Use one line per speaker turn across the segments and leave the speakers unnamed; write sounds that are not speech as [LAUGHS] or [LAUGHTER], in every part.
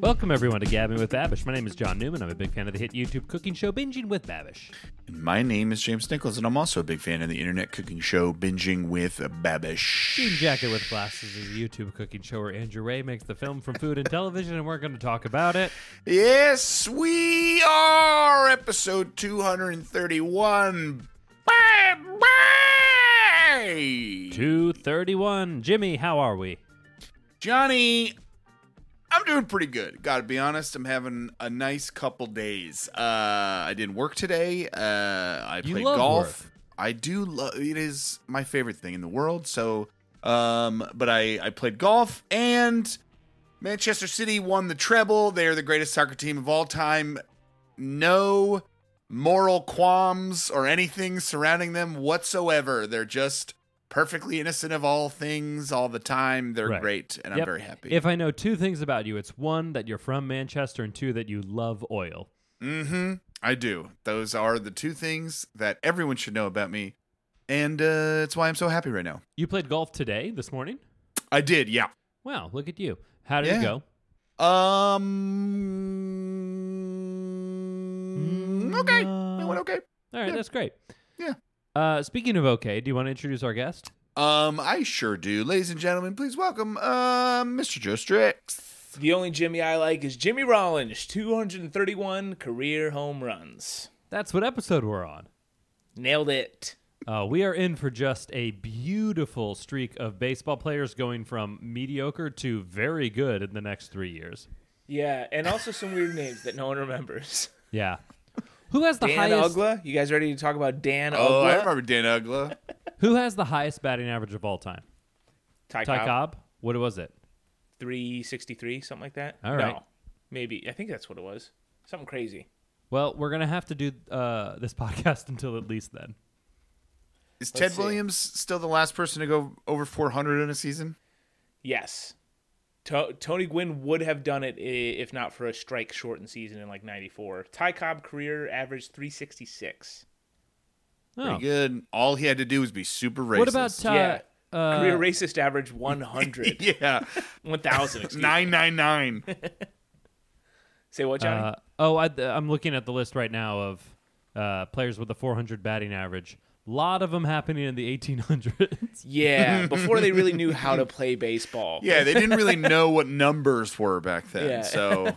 Welcome everyone to Gabbing with Babish. My name is John Newman. I'm a big fan of the hit YouTube cooking show Binging with Babish.
My name is James Nichols, and I'm also a big fan of the internet cooking show Binging with
Jean
Babish.
Jacket with Glasses is a YouTube cooking show where Andrew Ray makes the film from food and television, and we're going to talk about it.
Yes, we are episode 231. Bye-bye!
231. Jimmy, how are we?
Johnny, I'm doing pretty good. Gotta be honest, I'm having a nice couple days. Uh, I didn't work today. Uh, I
You
played
love
golf.
work.
I do love it is my favorite thing in the world. So, um, but I I played golf and Manchester City won the treble. They are the greatest soccer team of all time. No moral qualms or anything surrounding them whatsoever. They're just perfectly innocent of all things all the time. They're
Right.
great, and
Yep.
I'm very happy.
If I know two things about you, it's one, that you're from Manchester, and two, that you love oil.
Mm-hmm. I do. Those are the two things that everyone should know about me, and uh, it's why I'm so happy right now.
You played golf today, this morning?
I did, yeah.
Wow, look at you. How did it
Yeah.
go?
Um.
Mm,
Okay.
uh,
It went okay.
All right,
Yeah.
that's great.
Yeah.
Uh, speaking of okay, do you want to introduce our guest?
Um, I sure do, ladies and gentlemen. Please welcome, uh, Mr. Joe Strix.
The only Jimmy I like is Jimmy Rollins, 231 career home runs.
That's what episode we're on.
Nailed it.
Uh, we are in for just a beautiful streak of baseball players going from mediocre to very good in the next three years.
Yeah, and also some weird names that no one remembers.
Yeah. Who has the
[LAUGHS] Dan
highest?
Ugla? You guys ready to talk about Dan
Oh, I
Ugla?
remember Dan Ugla.
Who has the highest batting average of all time?
Ty,
Ty
Cobb,
Cobb. What was it?
363, something like that.
All
no,
right.
Maybe. I think that's what it was. Something crazy.
Well, we're gonna have to do uh, this [LAUGHS] podcast until at least then.
Is
Let's
Ted
see.
Williams still the last person to go over 400 in a season?
Yes. To- Tony Gwynn would have done it i- if not for a strike shortened season in like 94. Ty Cobb career average 366.
Oh.
Pretty good. All he had to do was be super racist. [LAUGHS]
What about Ty?
Yeah.
uh,
career racist average 100.
[LAUGHS]
yeah, [LAUGHS]
1,000, excuse me.
nine nine nine.
Say what, Johnny?
Uh, oh, I, I'm looking at the list right now of uh, players with a 400 batting average. A lot of them happening in the 1800s.
[LAUGHS]
yeah, before they really knew how to play baseball.
Yeah, they didn't really know what numbers were back then.
Yeah.
So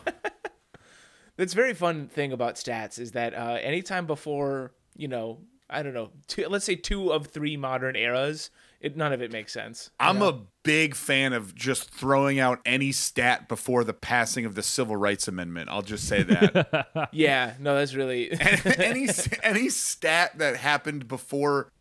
That's a very fun thing about stats is that uh, anytime before, you know, I don't know, two, let's say two of three modern eras, it, none of it makes sense.
I'm a big fan of just throwing out any stat before the passing of the Civil Rights Amendment. I'll just say that.
Yeah, no, that's really. [LAUGHS]
any any stat that happened before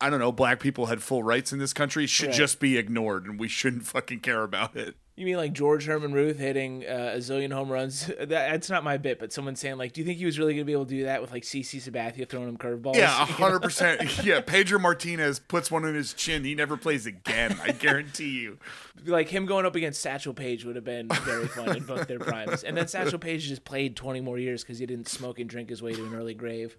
I don't know, black people had full rights in this country should
Right.
just be ignored and we shouldn't fucking care about it.
You mean like George Herman Ruth hitting uh, a zillion home runs? [LAUGHS] That, that's not my bit, but someone saying like, "Do you think he was really gonna be able to do that with like CC Sabathia throwing him curveballs?"
Yeah, 100%. yeah, Pedro Martinez puts one in his chin. He never plays again. I guarantee you.
like him going up against Satchel Paige would have been very fun in both their primes. And
[LAUGHS]
then Satchel Paige just played 20 more years because he didn't smoke and drink his way to an early grave.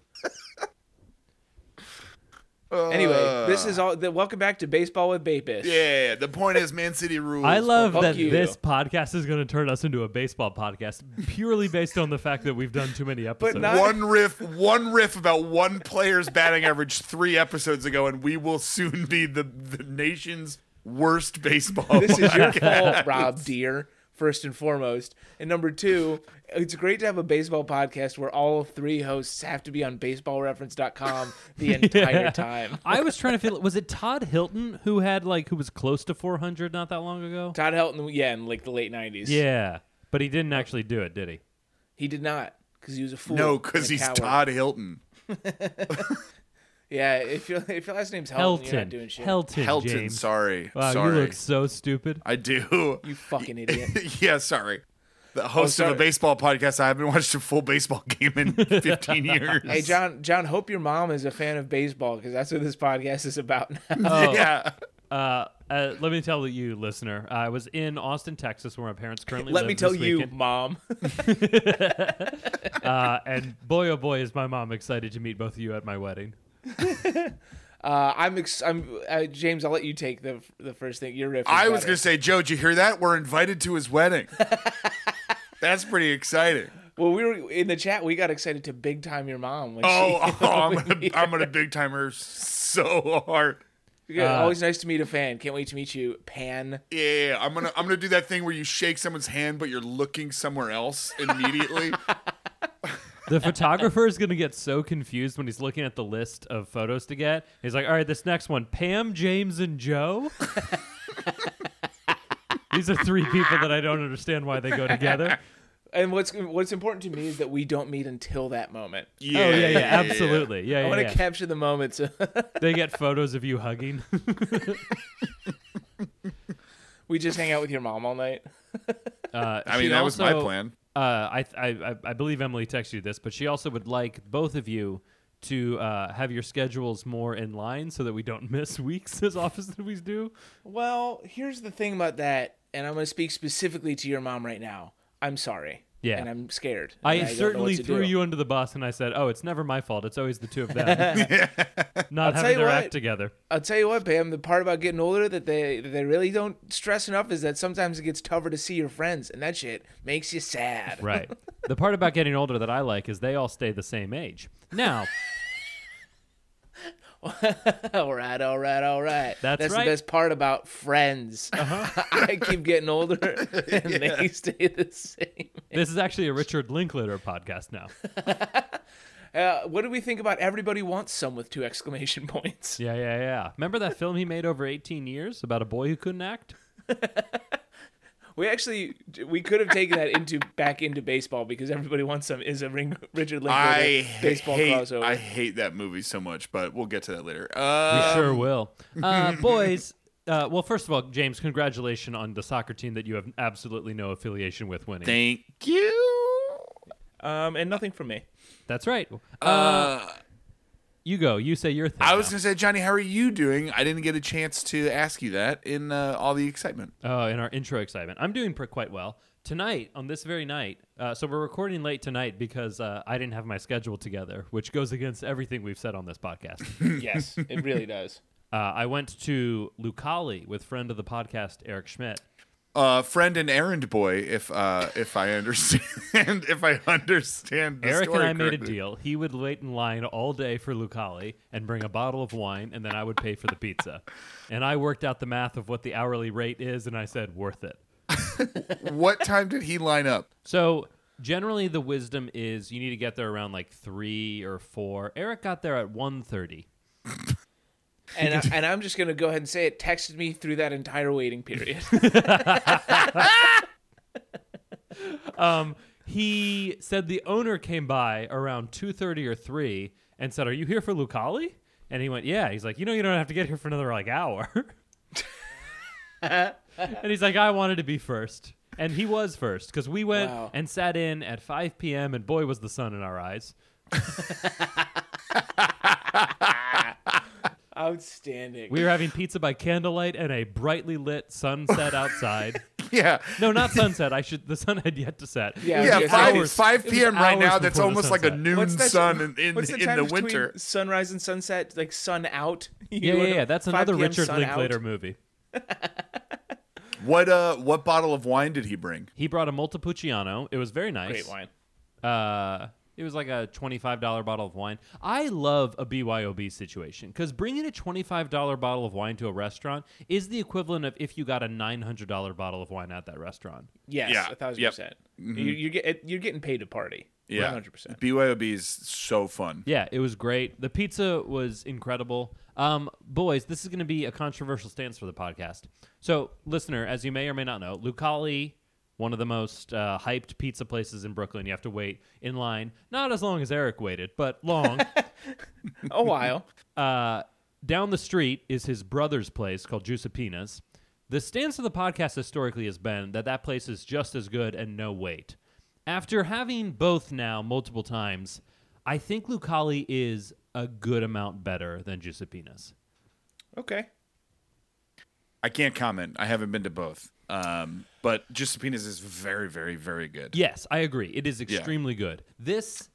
anyway, this is all. The, welcome back to Baseball with Bapish.
Yeah, the point is Man City rules.
I love
Fuck
that
you.
this podcast is going to turn us into a baseball podcast purely based on the fact that we've done too many episodes.
not-
one riff one riff about one player's batting average three episodes ago and we will soon be the, the nation's worst baseball
This
[LAUGHS]
is your fault, Rob Deer, first and foremost. And number two, it's great to have a baseball podcast where all three hosts have to be
[LAUGHS]
on baseballreference.com the
[LAUGHS]
entire time.
I was trying to feel was it Todd Hilton who had like who was close to 400 not that long ago?
Todd Helton, yeah, in like the late 90s.
Yeah, but he didn't actually do it, did he?
He did not because he was a fool.
no
and
because
a
he's
coward.
todd hilton
Yeah, if, your [LAUGHS] if your last name's Helton, Oh, you're not doing
Helton.
shit.
Helton
helton
James.
sorry
Wow,
sorry
you look so stupid.
i do [LAUGHS]
You fucking [LAUGHS] idiot.
yeah sorry the host of
Oh, sorry.
a baseball podcast i haven't watched a full baseball [LAUGHS] game
[LAUGHS]
in 15 years
Hey John, John, hope your mom is a fan of baseball because that's what this podcast
[LAUGHS]
is about. Now.
Oh.
yeah
Uh, uh, let me tell you, listener, uh, I was in Austin, Texas, where my parents currently
Let
live
me tell
this
you,
weekend.
mom. [LAUGHS]
Uh, and boy, oh boy, is my mom excited to meet both of you at my wedding.
Uh, I'm ex- I'm uh, James. I'll let you take the the first thing. Your riff. is
i was
better. [LAUGHS]
gonna say joe did you hear that we're invited to his wedding That's pretty exciting.
Well, we were in the chat. We got excited to big time your mom. When
Oh,
[LAUGHS]
[LAUGHS]
she,
oh, I'm gonna I'm gonna big time her so hard.
Yeah,
Uh,
always nice to meet a fan. Can't wait to meet you, Pan.
Yeah, yeah, yeah, I'm gonna I'm gonna do that thing where you shake someone's hand but you're looking somewhere else immediately.
The photographer is going to get so confused when he's looking at the list of photos to get. He's like, all right, this next one Pam, James, and Joe. [LAUGHS] These are three people that I don't understand why they go together.
And what's what's important to me is that we don't meet until that moment.
yeah,
oh, yeah, yeah, absolutely. Yeah,
I
yeah.
want to
yeah.
capture the moment. So
they get photos of you
[LAUGHS]
hugging.
[LAUGHS] we just hang out with your mom all night.
Uh,
I mean,
she
that was my
also-
plan.
Uh, I, I I- I believe Emily texted you this, but she also would like both of you to uh, have your schedules more in line so that we don't [LAUGHS] miss weeks as often as we do.
Well, here's the thing about that, and I'm going to speak specifically to your mom right now. I'm sorry.
Yeah.
And I'm scared.
I,
and don't know
certainly
what to
threw
do.
you under the bus, and I said, "Oh, it's never my fault. It's always the two of them not
tell
having
you
their
what.
act together."
I'll tell you what, Pam. The part about getting older that they that they really don't stress enough is that sometimes it gets tougher to see your friends, and that shit makes you sad.
Right. the part about getting older that I like is they all stay the same age. Now,
[LAUGHS] all right, all right, all right.
That's
That's
right. Uh-huh.
the best part about friends. [LAUGHS] I keep getting older,
[LAUGHS]
and they stay the same.
this is actually a Richard Linklater podcast now.
Uh, what do we think about everybody wants some with two exclamation [LAUGHS] points?
Yeah, yeah, yeah. Remember that film he made over 18 years about a boy who couldn't act?
We actually we could have taken that into back into baseball because everybody wants some is a ring, Richard Linklater
I
baseball
hate,
crossover.
I hate that movie so much, but we'll get to that later.
We
Uh,
sure will. Um, Uh, boys, uh, well, first of all, James, congratulations on the soccer team that you have absolutely no affiliation with winning.
Thank you.
Um, and nothing
[CLEARS THROAT]
from me.
That's right. Uh,
Uh,
you go. You say your thing.
I was
now.
gonna say, Johnny, how are you doing? I didn't get a chance to ask you that in uh, all the excitement.
Oh, in our intro excitement. I'm doing pr- quite well. Tonight, on this very night, uh, so we're recording late tonight because uh, I didn't have my schedule together, which goes against everything we've said on this
[LAUGHS]
podcast.
Yes, it really does.
uh, I went to Lucali with friend of the podcast, Eric Schmidt.
Uh, friend and errand boy, if uh, if I understand, [LAUGHS] if I understand. The
Eric and
story
I made a
correctly.
deal. He would wait in line all day for Lucali and bring a bottle of wine, and then I would pay for the pizza. And I worked out the math of what the hourly rate is, and I said, worth it.
What time did he line up? [LAUGHS]
So generally, the wisdom is you need to get there around like three or four. Eric got there at one thirty.
And I, and I'm just gonna go ahead and say it texted me through that entire
[LAUGHS]
waiting period.
Um, he said the owner came by around two thirty or three and said, "Are you here for Lucali?" And he went, "Yeah." He's like, "You know, you don't have to get here for another like hour." [LAUGHS] and he's like, "I wanted to be first. and he was first because we went
Wow.
and sat in at five p.m. and boy was the sun in our eyes.
Outstanding.
We were having pizza by candlelight and a brightly lit sunset outside.
Yeah,
No, not sunset. I should. The sun had yet to set.
Yeah,
It
yeah,
was
it's
five
hours-
five
it was
p.m. right
hours
now. That's
before the
almost like a
sunset.
noon
that-
sun in in,
what's the
in
time
the
between
winter.
sunrise and sunset, like sun out. [LAUGHS] You
Yeah,
go
yeah,
to
yeah. That's
5
another
PM
Richard
sun out.
Linklater movie.
What uh, what bottle of wine did he bring?
He brought a Montepulciano. It was very nice.
Great wine.
Uh, it was like a twenty-five dollar bottle of wine. I love a BYOB situation because bringing a twenty-five dollar bottle of wine to a restaurant is the equivalent of if you got a nine hundred dollar bottle of wine at that restaurant.
Yes,
Yeah,
a thousand
yep. Mm-hmm.
percent. You, you're, get, you're getting paid to party.
Yeah,
one hundred percent.
BYOB is so fun.
Yeah, it was great. The pizza was incredible. Um, boys, this is going to be a controversial stance for the podcast. So, listener, as you may or may not know, Lucali, one of the most uh, hyped pizza places in Brooklyn, you have to wait in line, not as long as Eric waited, but long.
A while.
uh, down the street is his brother's place called Giuseppina's. The stance of the podcast historically has been that that place is just as good and no wait. After having both now multiple times, I think Lucali is a good amount better than Giuseppina's.
Okay.
I can't comment. I haven't been to both. Um, but Giusepina's is very, very, very good.
Yes, I agree. It is extremely good. This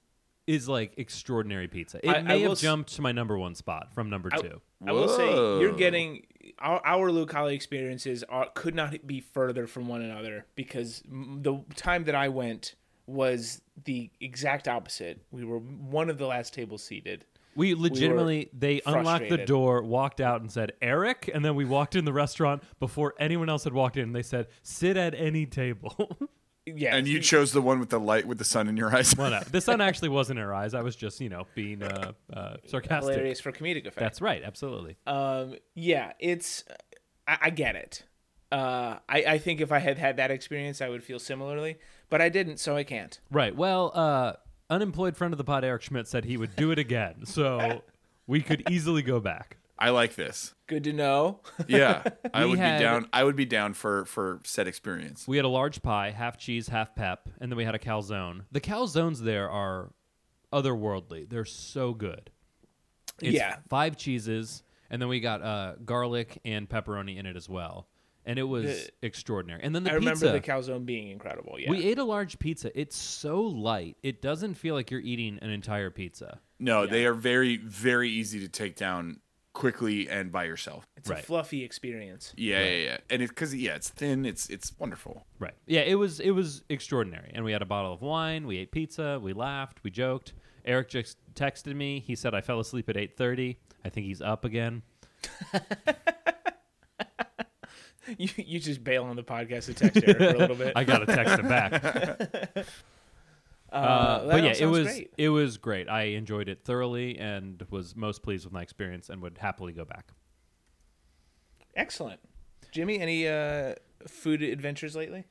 is like extraordinary pizza. It
I- I
may
will
have
s-
jumped to my number one spot from number two.
I will say
Whoa.
you're getting our, our Lucali experiences are could not be further from one another because m- the time that I went was the exact opposite. We were one of the last tables seated.
We legitimately they unlocked the
frustrated.
door, walked out, and said Eric, and then we walked in the restaurant before anyone else had walked in. They said sit at any table. [LAUGHS]
Yeah,
And you chose the one with the light with the sun in your eyes.
well, no, the sun actually wasn't in her eyes. I was just you know being uh, uh, sarcastic.
hilarious for comedic effect.
That's right, absolutely.
Um, yeah, it's I, I get it. Uh, I, I think if I had had that experience, I would feel similarly, but I didn't, so I can't.
Right. Well, uh, unemployed friend of the pod, Eric Schmidt, said he would do it again, so we could easily go back.
[LAUGHS] I like this.
Good to know. [LAUGHS]
Yeah,
[LAUGHS]
I
We
would
had-
be down. I would be down for for said experience.
We had a large pie, half cheese, half pep, and then we had a calzone. The calzones there are otherworldly. They're so good. It's
Yeah.
Five cheeses, and then we got uh, garlic and pepperoni in it as well, and it was extraordinary. And then the
Uh, I
pizza.
remember the calzone being incredible. Yeah,
we ate a large pizza. It's so light. It doesn't feel like you're eating an entire pizza.
No, they are very very easy to take down quickly and by yourself.
it's
right.
a fluffy experience.
Yeah, yeah, yeah. And it's because yeah, it's thin. It's it's wonderful.
Right. Yeah, it was it was extraordinary. And we had a bottle of wine, we ate pizza, we laughed, we joked. Eric just texted me. He said I fell asleep at 8:30. I think he's up again.
You, you just bail on the podcast to text Eric for a little bit.
[LAUGHS] I got to text him
[LAUGHS]
back.
uh,
Uh,
that
but
all
yeah, it
sounds
was
great.
it was great. I enjoyed it thoroughly and was most pleased with my experience and would happily go back.
excellent. Jimmy, any uh, food adventures lately?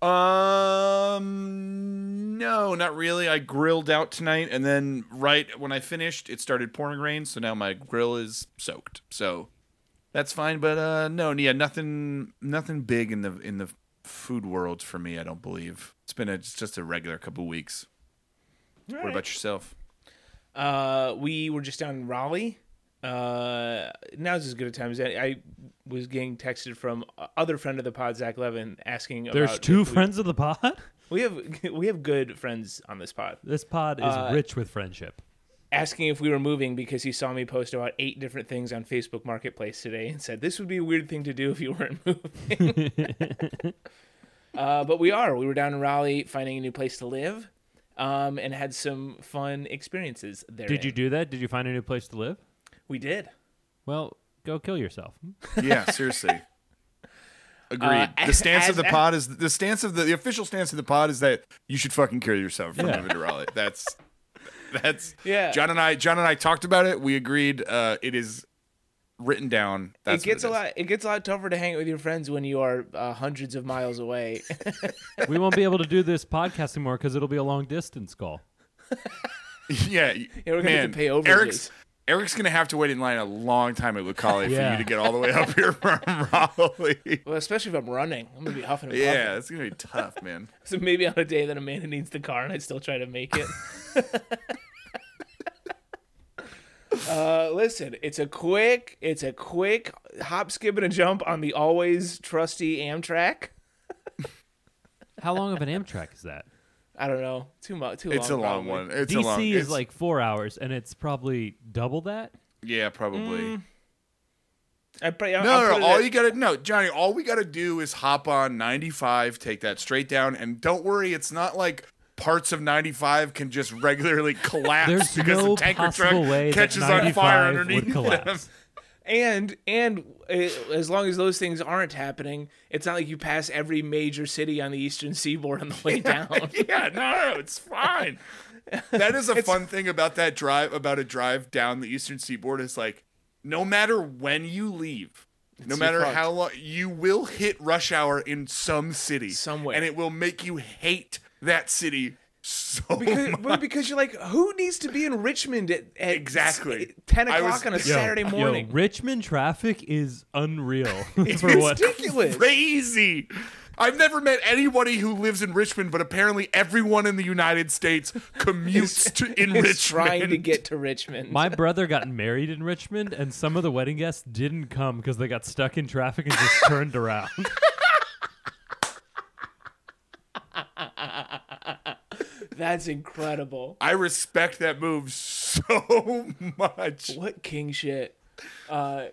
Um, no, not really. I grilled out tonight, and then right when I finished, it started pouring rain. So now my grill is soaked. So that's fine. But uh, no, yeah, nothing, nothing big in the in the food world for me. I don't believe it's been a it's just a regular couple weeks. what
right.
about yourself?
Uh, we were just down in Raleigh. Uh, now's as good a time as any. I was getting texted from a- other friend of the pod, Zach Levin, asking.
There's
about
two
if we-
friends of the pod. [LAUGHS]
We have [LAUGHS] we have good friends on this pod.
This pod is
Uh,
rich with friendship.
Asking if we were moving because he saw me post about eight different things on Facebook Marketplace today and said this would be a weird thing to do if you weren't [LAUGHS] moving.
[LAUGHS]
uh, but we are. We were down in Raleigh finding a new place to live, um, and had some fun experiences there.
Did you do that? Did you find a new place to live?
We did.
Well, go kill yourself.
Yeah,
[LAUGHS]
seriously. Agreed.
Uh,
the stance
as-
of the
as-
pod is the stance of the, the official stance of the pod is that you should fucking kill yourself for
Yeah.
moving to Raleigh. That's that's
Yeah.
John and I John and I talked about it. We agreed. Uh, it is written down. That's
it gets
what
a lot. It gets a lot tougher to hang out with your friends when you are uh, hundreds of miles away. [LAUGHS]
we won't be able to do this podcast anymore because it'll be a long distance call.
is. [LAUGHS] yeah, yeah.
we're gonna have to pay overages.
Eric's Eric's gonna have to wait in line a long time at Lucali
Yeah.
for you to get all the way up here [LAUGHS] from
[LAUGHS]
Raleigh.
well, especially if I'm running, I'm gonna be huffing and puffing.
Yeah, it's gonna be tough, man.
[LAUGHS] So maybe on a day that Amanda needs the car and I still try to make it. [LAUGHS] uh, listen, it's a quick, it's a quick hop, skip, and a jump on the always trusty Amtrak.
How long of an Amtrak is that?
I don't know, too much, too long.
It's a long
probably.
one. It's
DC
a long.
is
it's-
like four hours, and it's probably double that.
yeah, probably.
I pray, I'll,
No,
I'll
no,
put
no.
it
All
at-
you gotta no, Johnny. All we gotta do is hop on 95, take that straight down, and don't worry, it's not like parts of 95 can just
[LAUGHS]
regularly collapse
There's
[LAUGHS] because
no
the tanker truck
possible way
catches
that 95
on fire
would
underneath them.
collapse.
and and uh, as long as those things aren't happening, it's not like you pass every major city on the eastern seaboard on the way down.
[LAUGHS] [LAUGHS] yeah, Oh no, no, it's fine. That is a fun thing about that drive, about a drive down the eastern seaboard is like, no matter when you leave, no
so
matter
fucked.
how long, you will hit rush hour in some city
Somewhere.
and it will make you hate that city so
Because,
much.
well, because you're like, who needs to be in Richmond at, at
Exactly.
ten
I
o'clock
was-
on
[LAUGHS]
a
Yo,
Saturday morning?
Yo, Richmond traffic is
[LAUGHS]
unreal.
it's
for what?
ridiculous.
crazy. I've never met anybody who lives in Richmond, but apparently everyone in the United States commutes to in
Is
Richmond.
trying to get to Richmond.
My brother got married in Richmond, and some of the wedding guests didn't come because they got stuck in traffic and just
[LAUGHS]
turned around.
That's incredible.
I respect that move so [LAUGHS] much.
What king shit. Uh,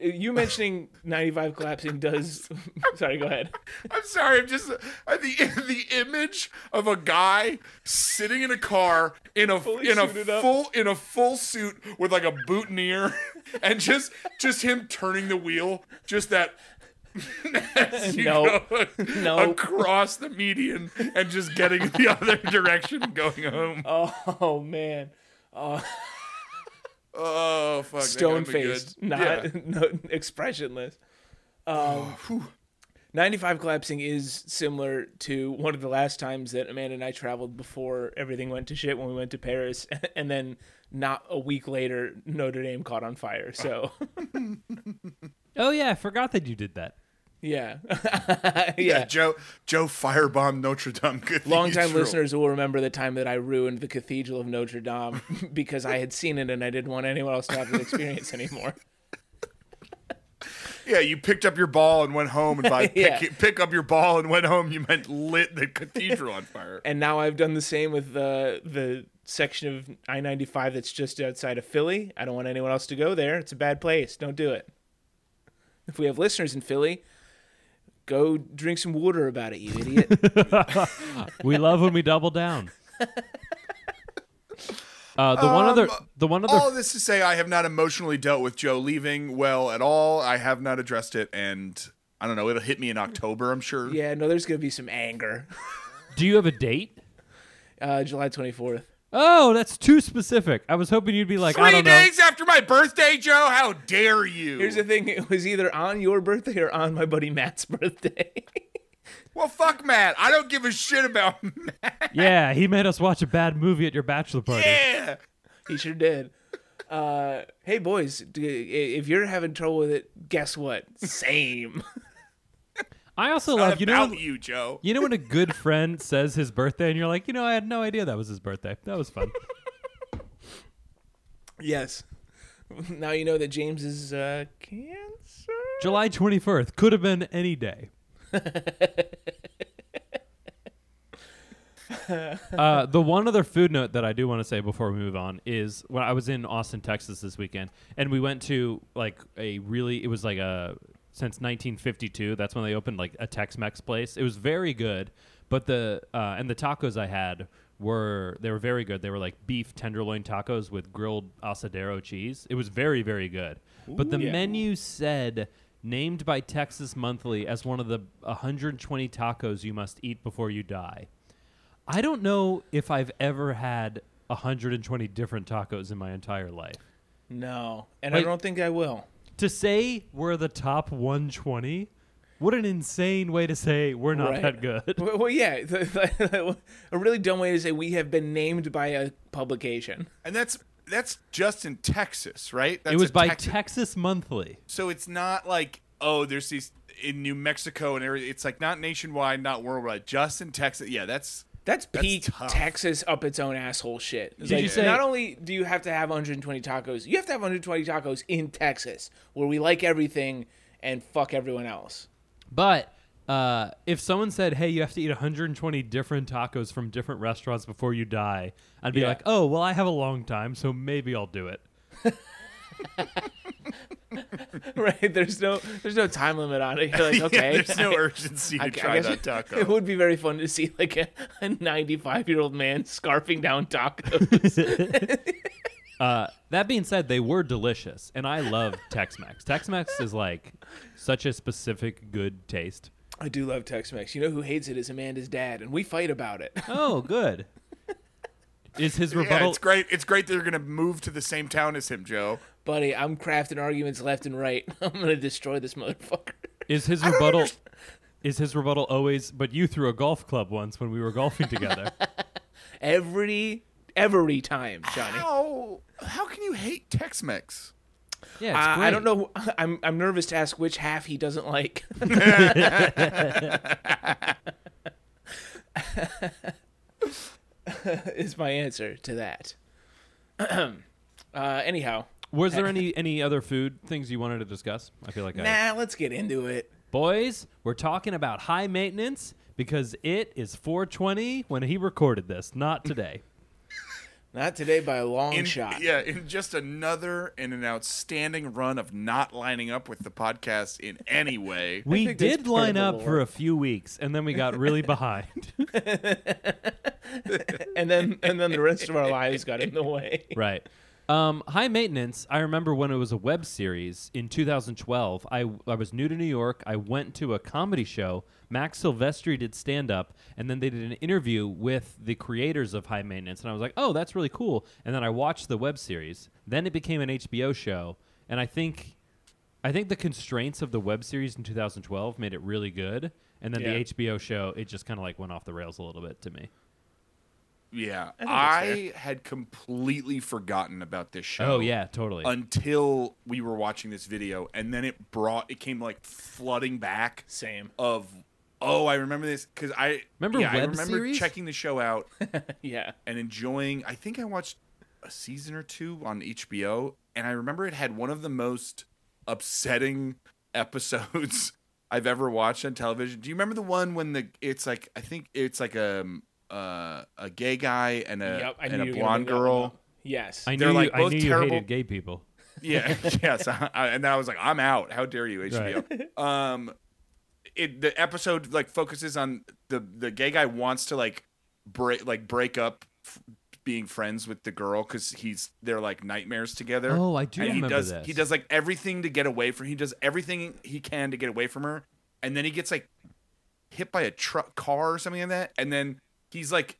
You mentioning 95 collapsing does. [LAUGHS] sorry, go ahead.
I'm sorry. I'm just uh, the [LAUGHS] the image of a guy sitting in a car in a
Fully
in a
suited up.
full in a full suit with like a boutonniere, [LAUGHS] and just just him turning the wheel. Just that. [LAUGHS] as you
Nope.
go
Nope.
across the median and just getting the [LAUGHS] other direction and going home.
Oh man,
Oh fuck! that gotta
stone
be
faced,
good.
not
Yeah. Oh,
no, expressionless. Um, 95 collapsing is similar to one of the last times that Amanda and I traveled before everything went to shit when we went to Paris, [LAUGHS] and then not a week later Notre Dame caught on fire. So [LAUGHS]
Oh yeah, I forgot that you did that.
yeah,
Yeah.
[LAUGHS] yeah.
Joe Joe firebombed Notre Dame. Good thing
Long
you
time
threw-
listeners will remember the time that I ruined the Cathedral of Notre Dame [LAUGHS] because I had seen it and I didn't want anyone else to have that experience anymore.
Yeah, you picked up your ball and went home, and by
[LAUGHS]
pick,
Yeah.
pick up your ball and went home, you meant lit the cathedral on
[LAUGHS]
fire.
and now I've done the same with the the section of I ninety five that's just outside of Philly. I don't want anyone else to go there. It's a bad place. Don't do it. If we have listeners in Philly, go drink some water about it, you idiot.
We love when we double
[LAUGHS]
down. Uh, the one other, the one other,
Um, All this to say, I have not emotionally dealt with Joe leaving well at all. I have not addressed it, and I don't know. It'll hit me in October, I'm sure.
yeah, no, there's gonna be some anger.
do you have a date?
Uh, July twenty fourth.
Oh, that's too specific. I was hoping you'd be like, I
Three
don't
days after my birthday, Joe. How dare you?
Here's the thing: it was either on your birthday or on my buddy Matt's [LAUGHS] birthday.
well, fuck Matt. I don't give a shit about [LAUGHS]
know. Yeah, he made us watch a bad movie at your bachelor party.
yeah.
[LAUGHS] he sure did. Uh, hey boys, d- if you're having trouble with it, guess what? Same. [LAUGHS]
I also
Not
love you know
about you, Joe.
You know when a good friend says his birthday and you're like, you know, I had no idea that was his birthday. That was
[LAUGHS]
fun.
Yes. Now you know that James is uh, cancer.
July 21st could have been any day. uh, the one other food note that I do want to say before we move on is when I was in Austin, Texas this weekend, and we went to like a really, it was like a, since 1952, that's when they opened like a Tex Mex place. It was very good, but the, uh, and the tacos I had were, they were very good. They were like beef tenderloin tacos with grilled asadero cheese. It was very, very good. but the
Ooh. Yeah.
menu said, named by Texas Monthly as one of the 120 tacos you must eat before you die. I don't know if I've ever had 120 different tacos in my entire life.
No, and I
Wait.
don't think I will.
To say we're the top 120, what an insane way to say we're not
Right.
that [LAUGHS] good.
Well, well, yeah, [LAUGHS] a really dumb way to say we have been named by a publication.
And that's that's just in Texas, right? That's
it was
a
by
Texas-
Texas Monthly.
So it's not like oh, there's these in New Mexico and everything. It's like not nationwide, not worldwide, just in Texas. Yeah, that's
That's
That's
peak
tough.
Texas up its own asshole shit. It's
Did
like,
you say-
not only do you have to have 120 tacos, you have to have 120 tacos in Texas, where we like everything and fuck everyone else.
But uh, if someone said, "Hey, you have to eat 120 different tacos from different restaurants before you die," I'd be
Yeah.
like, "Oh, well, I have a long time, so maybe I'll do it."
[LAUGHS] right? There's no there's no time limit on
[LAUGHS]
it. You're like, okay,
there's no urgency to
I- I
try
guess
that
[LAUGHS]
taco.
It would be very fun to see like a, a 95 year old man scarfing
[LAUGHS]
down tacos.
Uh, That being said, they were delicious, and I love Tex-Mex. Tex-Mex is like such a specific good taste.
I do love Tex-Mex. You know who hates it is Amanda's dad, and we fight about it. [LAUGHS]
Oh, good. Is his
yeah,
rebuttal?
it's great. It's great that you're gonna move to the same town as him, Joe.
Buddy, I'm crafting arguments left and right. [LAUGHS] I'm gonna destroy this motherfucker.
is his rebuttal? Is his rebuttal always? But you threw a golf club once when we were golfing together.
Every every time, Johnny.
How how can you hate Tex-Mex?
Yeah, it's
I, I
great.
don't know. who- [LAUGHS] I'm I'm nervous to ask which half he doesn't like. [LAUGHS] is my answer to that. [CLEARS THROAT] uh, anyhow,
Was there any any other food things you wanted to discuss? I feel like I
nah. Let's get into it.
Boys, we're talking about high maintenance because it is 420 when he recorded this, not today.
Not today by a long
in,
shot.
Yeah, in just another and an outstanding run of not lining up with the podcast in any
[LAUGHS]
way.
We
think that's
did
part of
line
the
up for
lore.
a few weeks, and then we got really behind.
And then and then the rest of our lives
[LAUGHS]
got in the way. [LAUGHS]
[LAUGHS] right. Um, High Maintenance, I remember when it was a web series in 2012. I, I was new to New York. I went to a comedy show. Max Silvestri did stand up, and then they did an interview with the creators of High Maintenance. And I was like, oh, that's really cool. And then I watched the web series. Then it became an HBO show. And I think. I think the constraints of the web series in 2012 made it really good, and then
Yeah.
the HBO show it just kind of like went off the rails a little bit to me.
Yeah,
think that's
I, had completely forgotten about this show.
Oh yeah, totally.
Uh, until we were watching this video, and then it brought it came like flooding back
Same. [LAUGHS]
of oh I remember this because I
Remember
yeah, I
web
remember
series?
checking the show out
Yeah.
and enjoying. I think I watched a season or two on HBO, and I remember it had one of the most upsetting episodes [LAUGHS] I've ever watched on television. Do you remember the one when the it's like I think it's like a uh, a gay guy and a
yep. I
Uh, and
knew you
a
were gonna
blonde
bring that one
girl?
up. Yes.
I
they're,
knew,
like,
you, I
both
knew you
terrible-
hated gay people.
Yeah, [LAUGHS] yes. I, I- and then I was like, I'm out. How dare you, HBO? Um, it the episode like focuses on the the gay guy wants to like break like break up f- being friends with the girl because he's they're like nightmares together.
Oh, I do
and
remember
he does,
this.
He does like everything to get away from. He does everything he can to get away from her, and then he gets like hit by a truck car or something like that, and then he's like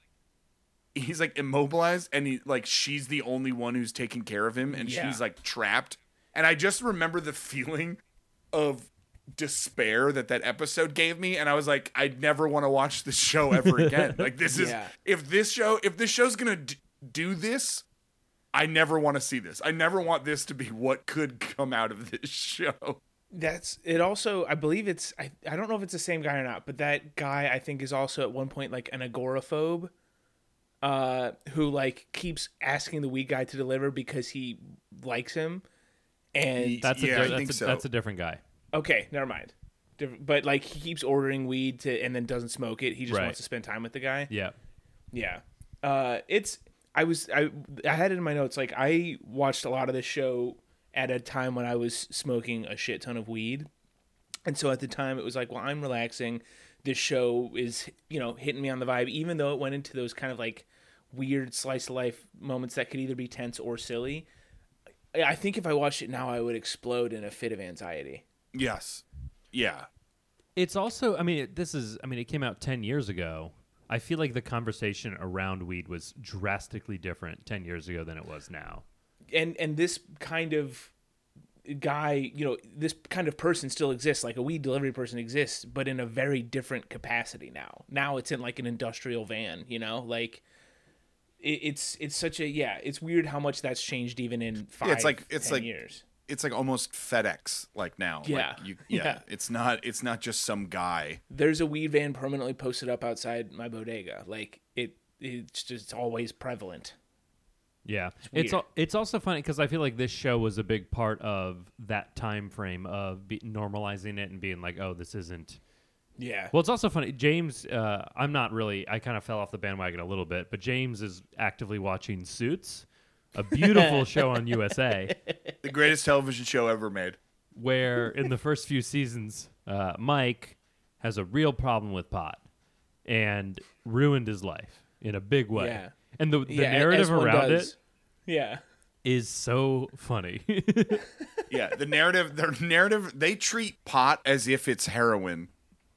he's like immobilized and he like she's the only one who's taking care of him and
Yeah.
she's like trapped and i just remember the [LAUGHS] feeling of despair that that episode gave me and i was like i'd never want to watch this show [LAUGHS] ever again like this is
Yeah.
if this show if this show's gonna d- do this i never want to see this i never want this to be what could come out of this show
That's it. Also, I believe it's I, I don't know if it's the same guy or not, but that guy I think is also at one point like an agoraphobe, uh, who like keeps asking the weed guy to deliver because he likes him, and
That's
Yeah,
a,
I
di- that's,
think
a
so.
that's a different guy.
okay, never mind. Diff- But like he keeps ordering weed to and then doesn't smoke it. He just
Right.
wants to spend time with the guy.
Yeah.
Yeah. Uh, it's I was I I had it in my notes like I watched a lot of this show at a time when I was smoking a shit ton of weed. And so at the time it was like, well, I'm relaxing. This show is, you know, hitting me on the vibe even though it went into those kind of like weird slice of life moments that could either be tense or silly. I- I think if I watched it now I would explode in a fit of anxiety.
yes yeah
It's also, I mean, it, this is, I mean, it came out 10 years ago. I feel like the conversation around weed was drastically different 10 years ago than it was now.
and and this kind of guy you know this kind of person still exists like a weed delivery person exists but in a very different capacity now now it's in like an industrial van you know like it, it's it's such a yeah it's weird how much that's changed even in five
Yeah, it's like- it's
10
like-
years
it's like almost FedEx like now. Like,
Yeah.
you, [LAUGHS] yeah.
Yeah.
It's not it's not just some guy.
there's a weed van permanently posted up outside my bodega like it it's just always prevalent
Yeah, it's
weird.
al- it's also funny because I feel like this show was a big part of that time frame of be- normalizing it and being like, oh, this isn't.
yeah
Well, it's also funny. James, uh, I'm not really. I kind of fell off the bandwagon a little bit, but James is actively watching Suits, a
[LAUGHS]
beautiful show on USA.
The greatest television show ever made.
where in the first few seasons, uh, Mike has a real problem with pot and ruined his life in a big way.
Yeah.
And the, the
yeah,
narrative
as one
around
does.
it
yeah
is so funny. [LAUGHS]
Yeah. The narrative their narrative they treat pot as if it's heroin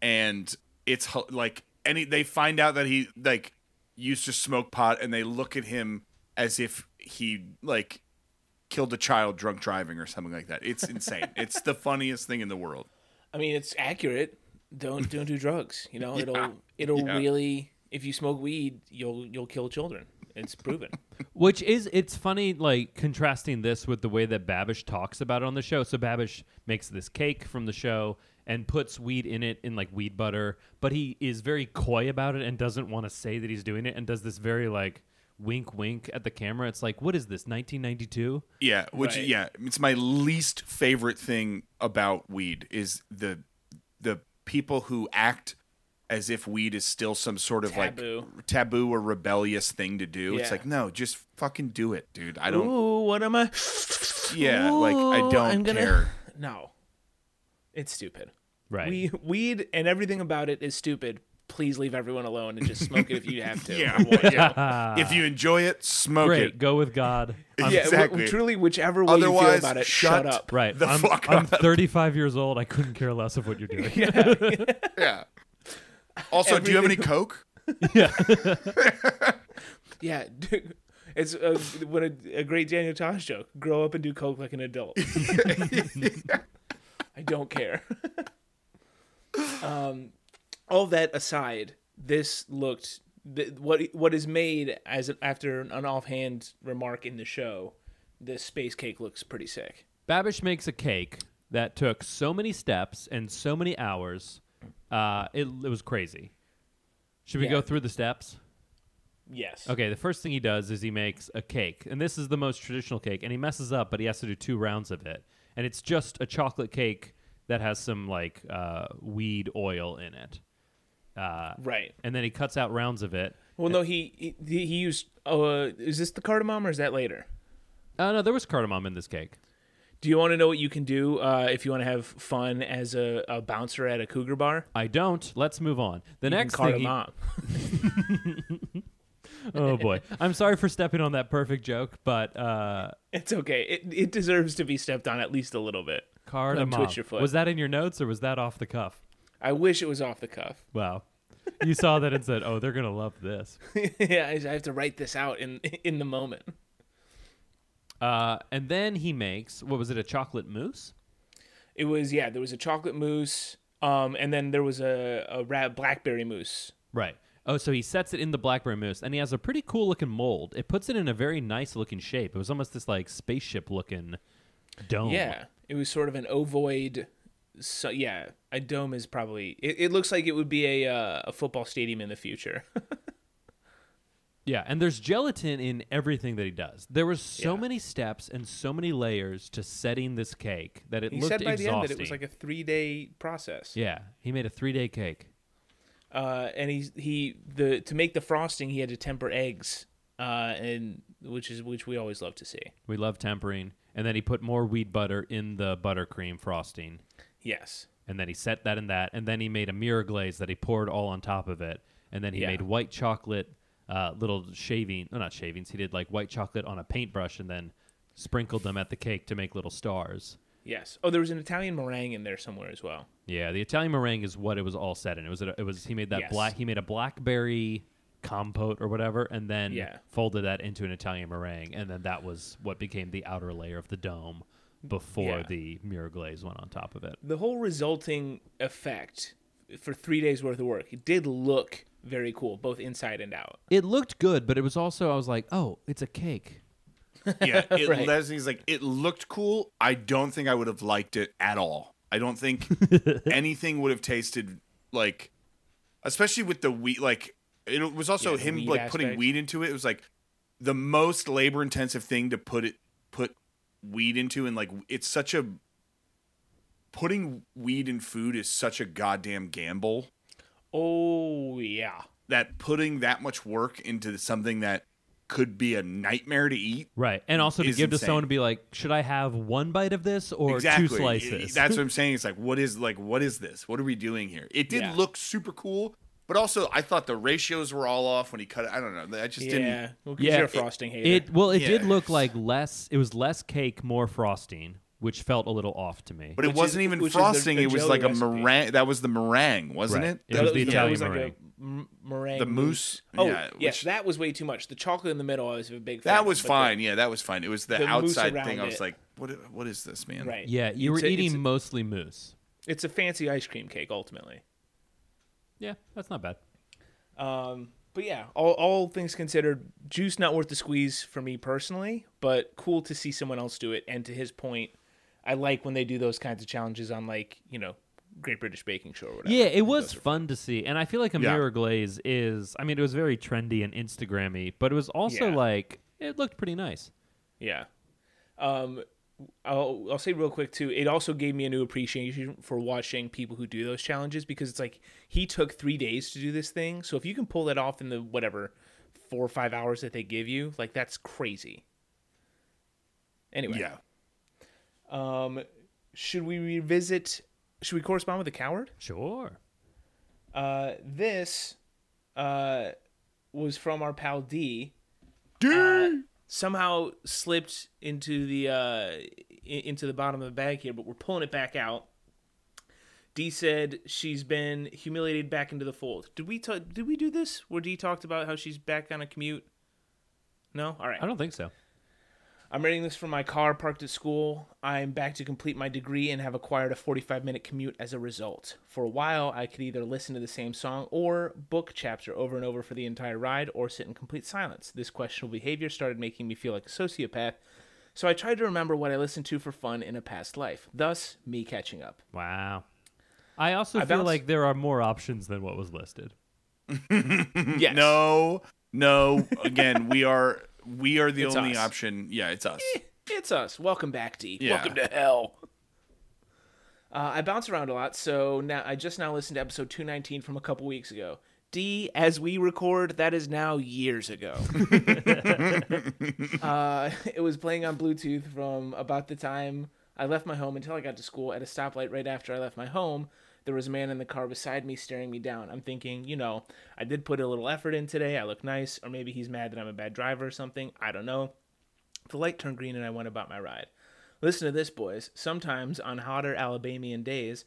and it's ho- like any they find out that he like used to smoke pot and they look at him as if he like killed a child drunk driving or something like that. It's insane. it's the funniest thing in the world.
I mean, it's accurate. Don't don't do drugs. You know, it'll
[LAUGHS]
it'll
yeah.
really. If you smoke weed, you'll you'll kill children. It's proven.
Which is it's funny, like contrasting this with the way that Babish talks about it on the show. So Babish makes this cake from the show and puts weed in it in like weed butter, but he is very coy about it and doesn't want to say that he's doing it and does this very like wink wink at the camera. It's like, what is this, 1992?
Yeah, which
Right.
yeah, it's my least favorite thing about weed is the the people who act as if weed is still some sort of
Taboo.
like taboo or rebellious thing to do. It's
Yeah.
like, no, just fucking do it, dude. I [LAUGHS] don't.
Ooh, what am I?
yeah, like I
Ooh,
don't
I'm gonna-
care.
[LAUGHS] No, it's stupid.
Right.
We, weed and everything about it is stupid. Please leave everyone alone and just smoke it if you have to.
[LAUGHS] Yeah, yeah. [LAUGHS] if you enjoy it, smoke
Great.
[LAUGHS] it.
Go with God. I'm,
Yeah, w-
Exactly.
truly, whichever way you feel
Otherwise,
about it,
shut
shut up.
Right.
The
I'm,
fuck
I'm 35 years old. I couldn't care less of what you're
[LAUGHS]
doing.
Yeah. Also, do you have any coke?
Yeah, dude, it's a, what a, a great Daniel Tosh joke. Grow up and do coke like an adult. I don't care. um, all that aside, this looked th- what what is made as after an offhand remark in the show. This space cake looks pretty sick.
Babish makes a cake that took so many steps and so many hours. Uh, it, it was crazy. Should we
Yeah.
go through the steps?
Yes.
Okay, the first thing he does is he makes a cake, and this is the most traditional cake, and he messes up, but he has to do two rounds of it, and it's just a chocolate cake that has some like uh, weed oil in it, Uh,
Right.
and then he cuts out rounds of it.
Well, no, he he, he used. Uh, is this the cardamom or is that later?
Oh no, there was cardamom in this cake.
Do you want to know what you can do uh, if you want to have fun as a, a bouncer at a cougar bar?
I don't. Let's move on. The
You can
next
card
thing.
them
He,
up.
[LAUGHS]
[LAUGHS]
oh boy, I'm sorry for stepping on that perfect joke, but uh,
It's okay. It, it deserves to be stepped on at least a little bit.
cardamom.
twitch your foot.
Was that in your notes or was that off the cuff?
I wish it was off the cuff. [LAUGHS]
Wow, you saw that and said, "Oh, they're gonna love this."
yeah, I I have to write this out in [LAUGHS] in the moment.
Uh, and then he makes what was it? A chocolate mousse.
It was yeah. There was a chocolate mousse, um, and then there was a a rat blackberry mousse.
Right. Oh, so he sets it in the blackberry mousse, and he has a pretty cool looking mold. It puts it in a very nice looking shape. It was almost this like spaceship looking dome.
Yeah, it was sort of an ovoid. So yeah, a dome is probably. It, it looks like it would be a uh, a football stadium in the future. [LAUGHS]
Yeah. And there's gelatin in everything that he does. There was so
Yeah.
many steps and so many layers to setting this cake that it
he
looked
said by
exhausting.
the end that it was like a three day process.
yeah. He made a three day cake.
uh, and he he the to make the frosting he had to temper eggs, uh, and which is which we always love to see.
We love tempering. And then he put more wheat butter in the buttercream frosting.
Yes,
and then he set that in that, and then he made a mirror glaze that he poured all on top of it, and then he
Yeah.
made white chocolate, uh, little shaving, no, not shavings. He did like white chocolate on a paintbrush, and then sprinkled them at the cake to make little stars.
yes. Oh, there was an Italian meringue in there somewhere as well.
Yeah, the Italian meringue is what it was all set in. It was it was he made that
Yes.
black he made a blackberry compote or whatever, and then
Yeah.
folded that into an Italian meringue, and then that was what became the outer layer of the dome before
Yeah.
the mirror glaze went on top of it.
The whole resulting effect for three days worth of work it did look very cool, both inside and out.
It looked good, but it was also I was like, oh, it's a cake.
Yeah, it,
[LAUGHS] Right.
that's he's like it looked cool. I don't think I would have liked it at all. I don't
[LAUGHS]
think anything would have tasted like, especially with the wheat. Like it was also
Yeah, the
him
wheat
like putting
aspect.
wheat into it. It was like the most labor intensive thing to put it put weed into, and like it's such a putting weed in food is such a goddamn gamble
Oh yeah,
that putting that much work into something that could be a nightmare to eat
Right. And also to
is
give to
insane.
someone to be like, should I have one bite of this or two slices?
That's what
[LAUGHS]
I'm saying. It's like what is like what is this? What are we doing here? It did
Yeah.
look super cool, but also I thought the ratios were all off when he cut it. I don't know. I just
yeah.
didn't.
Well, 'cause
Yeah,
you're a
it-
frosting hater.
it well, it did
Yeah.
look like less it was less cake, more frosting, which felt a little off to me.
But it
Which is-
wasn't even
which is the-
frosting.
the
it was
jelly
like a
recipe.
meringue. That was the meringue, wasn't
Right.
it?
It was the
that
Italian
was like a
meringue.
m- meringue.
The mousse,
Oh,
yeah,
yes,
which-
that was way too much. The chocolate in the middle, I was a big. fan
that
of,
was
but the-
fine. yeah, that was fine. It was the,
the mousse
outside thing.
around
I was
it.
like, what? What is this, man?
Right.
yeah, you were
It's a- it's
eating
a-
mostly mousse.
it's a fancy ice cream cake ultimately.
Yeah, that's not bad.
Um, but yeah, all, all things considered, juice not worth the squeeze for me personally, but cool to see someone else do it. And to his point, I like when they do those kinds of challenges on like you know Great British Baking Show or whatever.
Yeah, it was fun to see. And I feel like a
Yeah.
mirror glaze is I mean, it was very trendy and Instagrammy, but it was also
Yeah.
like it looked pretty nice.
Yeah. Um, I'll, I'll say real quick too. It also gave me a new appreciation for watching people who do those challenges because it's like he took three days to do this thing. So if you can pull that off in the whatever four or five hours that they give you, like that's crazy. Anyway,
Yeah.
um, should we revisit? Should we correspond with the coward?
Sure.
Uh, this uh, was from our pal D. Uh, Somehow slipped into the uh, i- into the bottom of the bag here, but we're pulling it back out. D said she's been humiliated back into the fold. Did we talk, did we do this where D talked about how she's back on a commute? No, all right.
I don't think so.
I'm reading this from my car parked at school. I'm back to complete my degree and have acquired a 45 minute commute as a result. For a while, I could either listen to the same song or book chapter over and over for the entire ride or sit in complete silence. This questionable behavior started making me feel like a sociopath, so I tried to remember what I listened to for fun in a past life, thus, me catching up.
Wow. I also feel
bounced-
like there are more options than what was listed.
Yes.
No, no. Again, we are we are the
It's
only
us.
option. Yeah, it's us.
It's us. Welcome back, D.
Yeah.
Welcome to hell. Uh, I bounce around a lot, so now I just now listened to episode 219 from a couple weeks ago. D, as we record, that is now years ago. uh, it was playing on Bluetooth from about the time I left my home until I got to school at a stoplight right after I left my home. There was a man in the car beside me staring me down. I'm thinking, you know, I did put a little effort in today. I look nice, or maybe he's mad that I'm a bad driver or something. I don't know. The light turned green and I went about my ride. Listen to this, boys. Sometimes on hotter Alabamian days,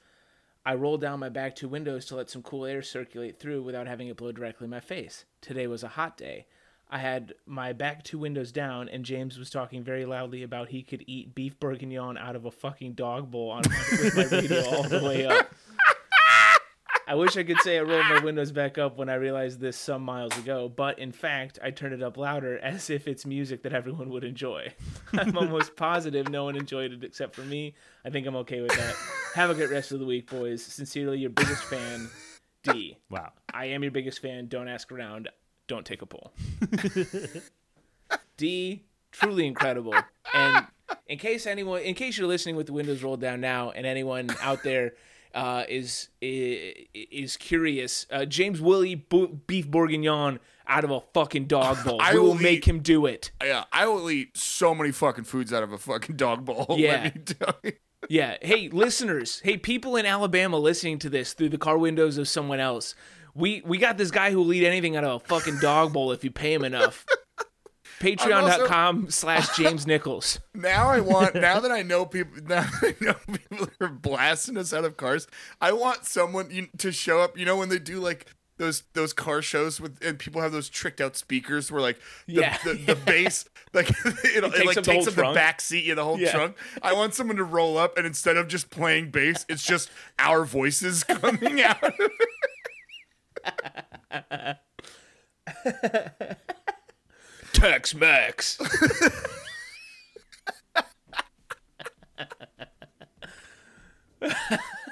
I roll down my back two windows to let some cool air circulate through without having it blow directly in my face. Today was a hot day. I had my back two windows down, and James was talking very loudly about he could eat beef bourguignon out of a fucking dog bowl on with my radio all the way up. I wish I could say I rolled my windows back up when I realized this some miles ago, but in fact, I turned it up louder [LAUGHS] as if it's music that everyone would enjoy. [LAUGHS] I'm almost positive no one enjoyed it except for me. I think I'm okay with that. Have a good rest of the week, boys. Sincerely, your biggest fan, D.
Wow.
I am your biggest fan. Don't ask around. Don't take
[LAUGHS]
a poll. D, truly incredible. And in case anyone, in case you're listening with the windows rolled down now, and anyone out there uh, is i- is curious, uh, James Willie bo- beef bourguignon out of a fucking dog bowl.
I
we will
will
make
eat-
him do it.
Yeah, I will eat so many fucking foods out of a fucking dog bowl. [LAUGHS]
Yeah.
Let me tell you.
Yeah. Hey, listeners. Hey, people in Alabama listening to this through the car windows of someone else. We we got this guy who will eat anything out of a fucking dog bowl if you pay him enough.
[LAUGHS]
Patreon.com slash James Nichols.
Now I
[LAUGHS]
want. Now that I know people, now that I know [LAUGHS] people are blasting us out of cars, I want someone you, to show up. You know when they do like those those car shows with and people have those tricked out speakers where like the,
Yeah.
the,
[LAUGHS]
the bass like [LAUGHS] it, it,
takes
like
up the
takes
whole
up the
trunk.
back seat, yeah, the whole
Yeah.
trunk. I want someone to roll up and instead of just playing bass, it's just our voices [LAUGHS] coming
[LAUGHS]
out.
Tex Mex.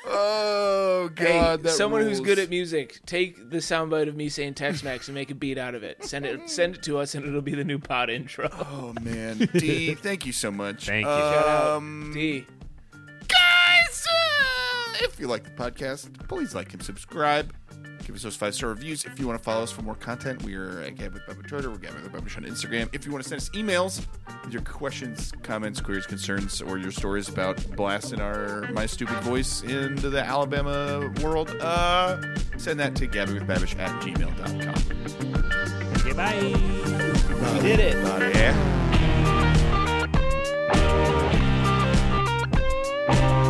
Oh
Hey,
god, that
someone who's
rules.
good at music, take the soundbite of me saying Tex Mex and make a beat out of it. Send it send it to us and it'll be the new pod intro.
Oh man, D, thank you so much.
Thank you.
Shout out,
Um,
D.
guys, uh, if you like the podcast, please like and subscribe. Give us those five star reviews. If you want to follow us for more content, we are at Gab with Bubba Twitter. We're Gab with Bubba on Instagram. If you want to send us emails with your questions, comments, queries, concerns, or your stories about blasting our my stupid voice into the Alabama world, uh, send that to Gabby with Babish at gmail.com.
Okay, bye.
We did it.
Bye.